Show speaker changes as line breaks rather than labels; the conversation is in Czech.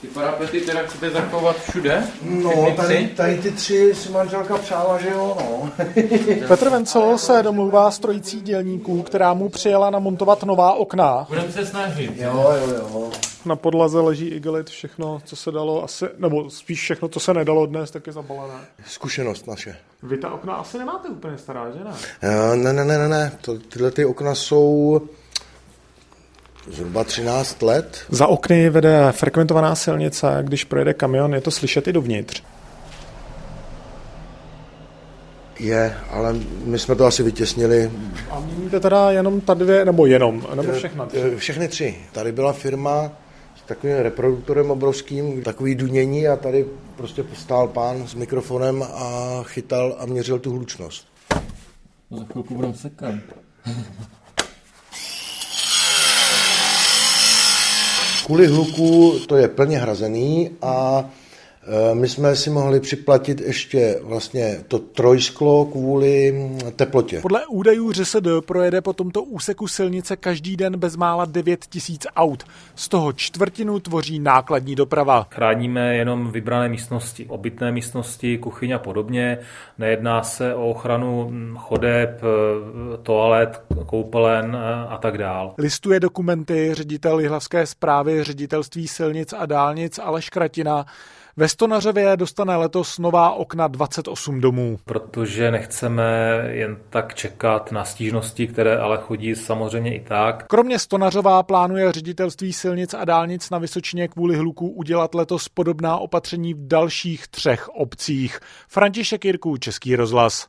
Ty parapety teda chcete zachovat všude?
No,
Všechny
tady,
tři?
tady ty tři si manželka přála, že jo, no.
Petr Vencel se domluvá s trojicí dělníků, která mu přijela namontovat nová okna.
Budeme se snažit.
Jo, jo, jo.
Na podlaze leží igelit, všechno, co se dalo asi, nebo spíš všechno, co se nedalo dnes, tak je zabalené.
Zkušenost naše.
Vy ta okna asi nemáte úplně stará, že ne?
Eh, Ne, ne, ne, ne, ne. To, tyhle ty okna jsou zhruba 13 let.
Za okny vede frekventovaná silnice, když projede kamion, je to slyšet i dovnitř.
Je, ale my jsme to asi vytěsnili.
A měníte teda jenom ta dvě, nebo jenom, nebo všechna tři.
Eh, Všechny tři. Tady byla firma s takovým reproduktorem obrovským, takový dunění a tady prostě stál pán s mikrofonem a chytal a měřil tu hlučnost.
Za chvilku budeme sekat.
Kvůli hluku to je plně hrazený a e, my jsme si mohli připlatit ještě vlastně to trojsklo kvůli mm, teplotě.
Podle údajů ŘSD projede po tomto úseku silnice každý den bezmála 9 tisíc aut. Z toho čtvrtinu tvoří nákladní doprava.
Chráníme jenom vybrané místnosti, obytné místnosti, kuchyň a podobně. Nejedná se o ochranu mm, chodeb, eh, toalet, koupelen eh, a tak dál.
Listuje dokumenty ředitel Jihlavské zprávy ředitelství silnic a dálnic Aleš Kratina. Ve Stonařově dostane letos nová okna 28 domů.
Protože nechceme jen tak čekat na stížnosti, které ale chodí samozřejmě i tak.
Kromě Stonařová plánuje ředitelství silnic a dálnic na Vysočině kvůli hluku udělat letos podobná opatření v dalších třech obcích. František Jirků, Český rozhlas.